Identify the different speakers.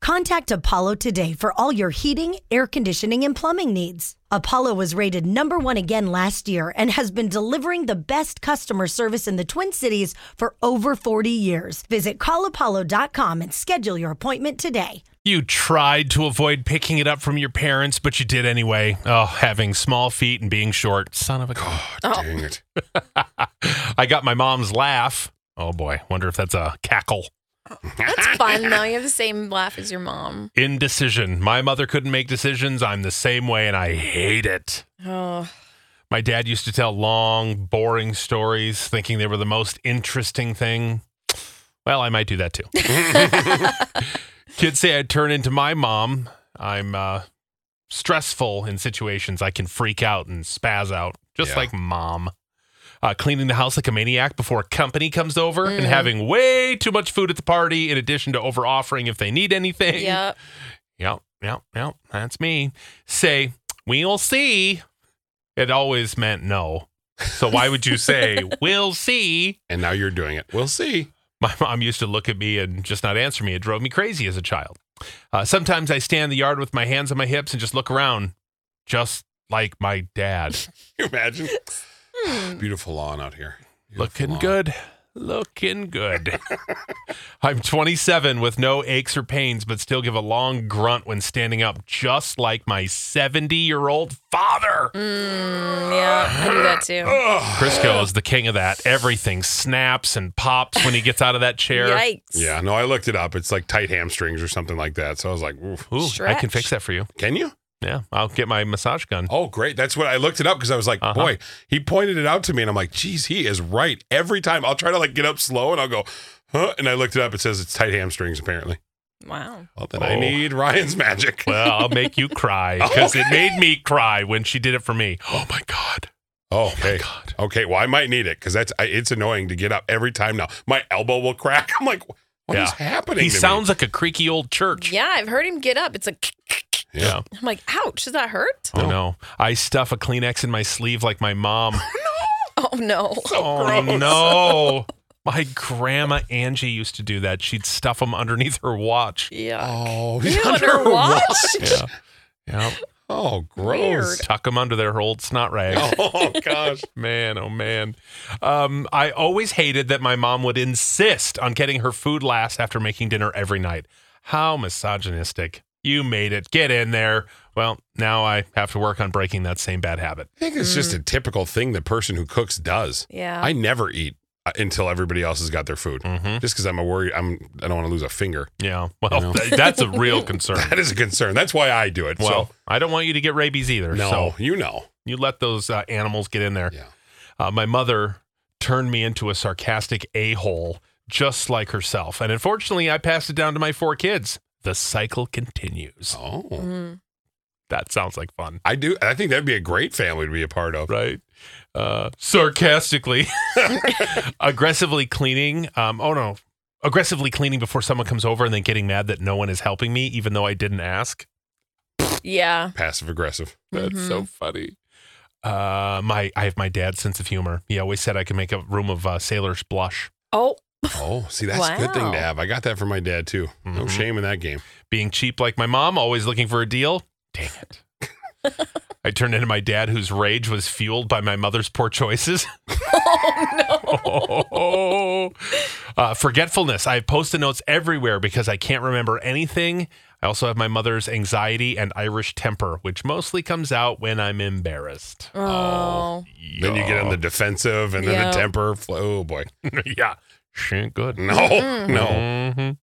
Speaker 1: Contact Apollo today for all your heating, air conditioning, and plumbing needs. Apollo was rated number one again last year and has been delivering the best customer service in the Twin Cities for over 40 years. Visit callapollo.com and schedule your appointment today.
Speaker 2: You tried to avoid picking it up from your parents, but you did anyway. Oh, having small feet and being short. Son of a.
Speaker 3: Dang it.
Speaker 2: I got my mom's laugh. Oh boy, wonder if that's a cackle.
Speaker 3: That's
Speaker 4: Fun though. You have the same laugh as your mom.
Speaker 2: Indecision. My mother couldn't make decisions. I'm the same way and I hate it.
Speaker 4: Oh,
Speaker 2: My dad used to tell long, boring stories, thinking they were the most interesting thing. Well, I might do that too. Kids say I turn into my mom. I'm uh, stressful in situations. I can freak out and spaz out, just
Speaker 3: Yeah.
Speaker 2: like mom. Uh, cleaning the house like a maniac before company comes over and having way too much food at the party, in addition to over offering if they need anything.
Speaker 4: yep.
Speaker 2: Yep, yep, yep. That's me. Say, we'll see. It always meant no. So why would you say, we'll see?
Speaker 3: And now you're doing it. We'll see.
Speaker 2: My mom used to look at me and just not answer me. It drove me crazy as a child. Uh, sometimes I stand in the yard with my hands on my hips and just look around, just like my dad.
Speaker 3: Can you imagine?
Speaker 4: Hmm.
Speaker 3: Beautiful lawn out here. Beautiful
Speaker 2: Looking
Speaker 3: lawn.
Speaker 2: good. Looking good. I'm 27 with no aches or pains, but still give a long grunt when standing up, just like my 70 year old father.
Speaker 4: Mm, yeah, I do that too.
Speaker 3: Ugh.
Speaker 2: Crisco is the king of that. Everything snaps and pops when he gets out of that chair.
Speaker 4: Yikes.
Speaker 3: Yeah, no, I looked it up. It's like tight hamstrings or something like that. So I was like, Oof.
Speaker 2: Ooh, I can
Speaker 4: Stretch.
Speaker 2: fix that for you.
Speaker 3: can you?
Speaker 2: Yeah, I'll get my massage gun.
Speaker 3: Oh, great. That's what I looked it up because I was like,
Speaker 2: Uh-huh.
Speaker 3: boy, he pointed it out to me. And I'm like, geez, he is right every time. I'll try to like get up slow and I'll go, huh? And I looked it up. It says it's tight hamstrings, apparently.
Speaker 4: Wow.
Speaker 3: Well, then I
Speaker 2: Oh.
Speaker 3: need Ryan's magic.
Speaker 2: Well, I'll make you cry because it made me cry when she did it for me. Oh my God.
Speaker 3: oh, okay.
Speaker 2: God.
Speaker 3: Okay. Well, I might need it because that's I, it's annoying to get up every time now. My elbow will crack. I'm like, what is
Speaker 2: Yeah.
Speaker 3: happening?
Speaker 2: He
Speaker 3: to me?
Speaker 2: sounds like a creaky old church.
Speaker 4: Yeah, I've heard him get up. It's like,
Speaker 3: Yeah.
Speaker 4: I'm like, ouch, does that hurt?
Speaker 2: Oh no. I stuff a Kleenex in my sleeve like my mom.
Speaker 4: Oh no.
Speaker 2: oh no. My grandma Angie used to do that. She'd stuff them underneath her watch.
Speaker 4: Yeah.
Speaker 3: Oh,
Speaker 4: You
Speaker 3: under
Speaker 4: under
Speaker 3: her
Speaker 4: watch?
Speaker 2: Yeah. Yeah.
Speaker 3: Oh,
Speaker 4: Weird.
Speaker 3: gross.
Speaker 2: Tuck them under their old snot rag.
Speaker 3: Oh gosh.
Speaker 2: Man, oh man. Um, I always hated that my mom would insist on getting her food last after making dinner every night. How misogynistic. You made it. Get in there. Well, now I have to work on breaking that same bad habit.
Speaker 3: I think it's just a typical thing the person who cooks does.
Speaker 4: Yeah.
Speaker 3: I never eat uh, until everybody else has got their food.
Speaker 2: Mm-hmm.
Speaker 3: Just because I'm a worry, I'm I don't want to lose a finger.
Speaker 2: Yeah.
Speaker 3: I
Speaker 2: Well,
Speaker 3: know.
Speaker 2: th- that's a real concern.
Speaker 3: That is a concern. That's why I do it.
Speaker 2: Mm. Well, I don't want you to get rabies either.
Speaker 3: so, no,
Speaker 2: So
Speaker 3: you know,
Speaker 2: you let those uh, animals get in there.
Speaker 3: yeah.
Speaker 2: Uh, my mother turned me into a sarcastic a hole, just like herself. And unfortunately, I passed it down to my four kids. The cycle continues.
Speaker 3: Oh,
Speaker 4: Mm.
Speaker 2: That sounds like fun,
Speaker 3: I do. I think that'd be a great family to be a part of.
Speaker 2: right? Uh, sarcastically, aggressively cleaning. Um, oh no, aggressively cleaning before someone comes over, and then getting mad that no one is helping me, even though I didn't ask.
Speaker 4: Yeah.
Speaker 3: Passive aggressive.
Speaker 2: That's so funny. Uh, my I have my dad's sense of humor. He always said I could make a room of uh, sailors blush.
Speaker 4: Oh,
Speaker 3: Oh, see, that's a good thing
Speaker 4: Wow.
Speaker 3: to have. I got that from my dad too. No
Speaker 2: Mhm.
Speaker 3: shame in that game.
Speaker 2: Being cheap like my mom, always looking for a deal. Dang it. I turned into my dad, whose rage was fueled by my mother's poor choices. oh, no. uh, forgetfulness. I have post it notes everywhere because I can't remember anything. I also have my mother's anxiety and Irish temper, which mostly comes out when I'm embarrassed.
Speaker 4: oh,
Speaker 3: Then you get on the defensive, and then
Speaker 4: Yeah.
Speaker 3: the temper. fl- Oh boy,
Speaker 2: yeah. She ain't good.
Speaker 3: no, no.
Speaker 2: Mhm.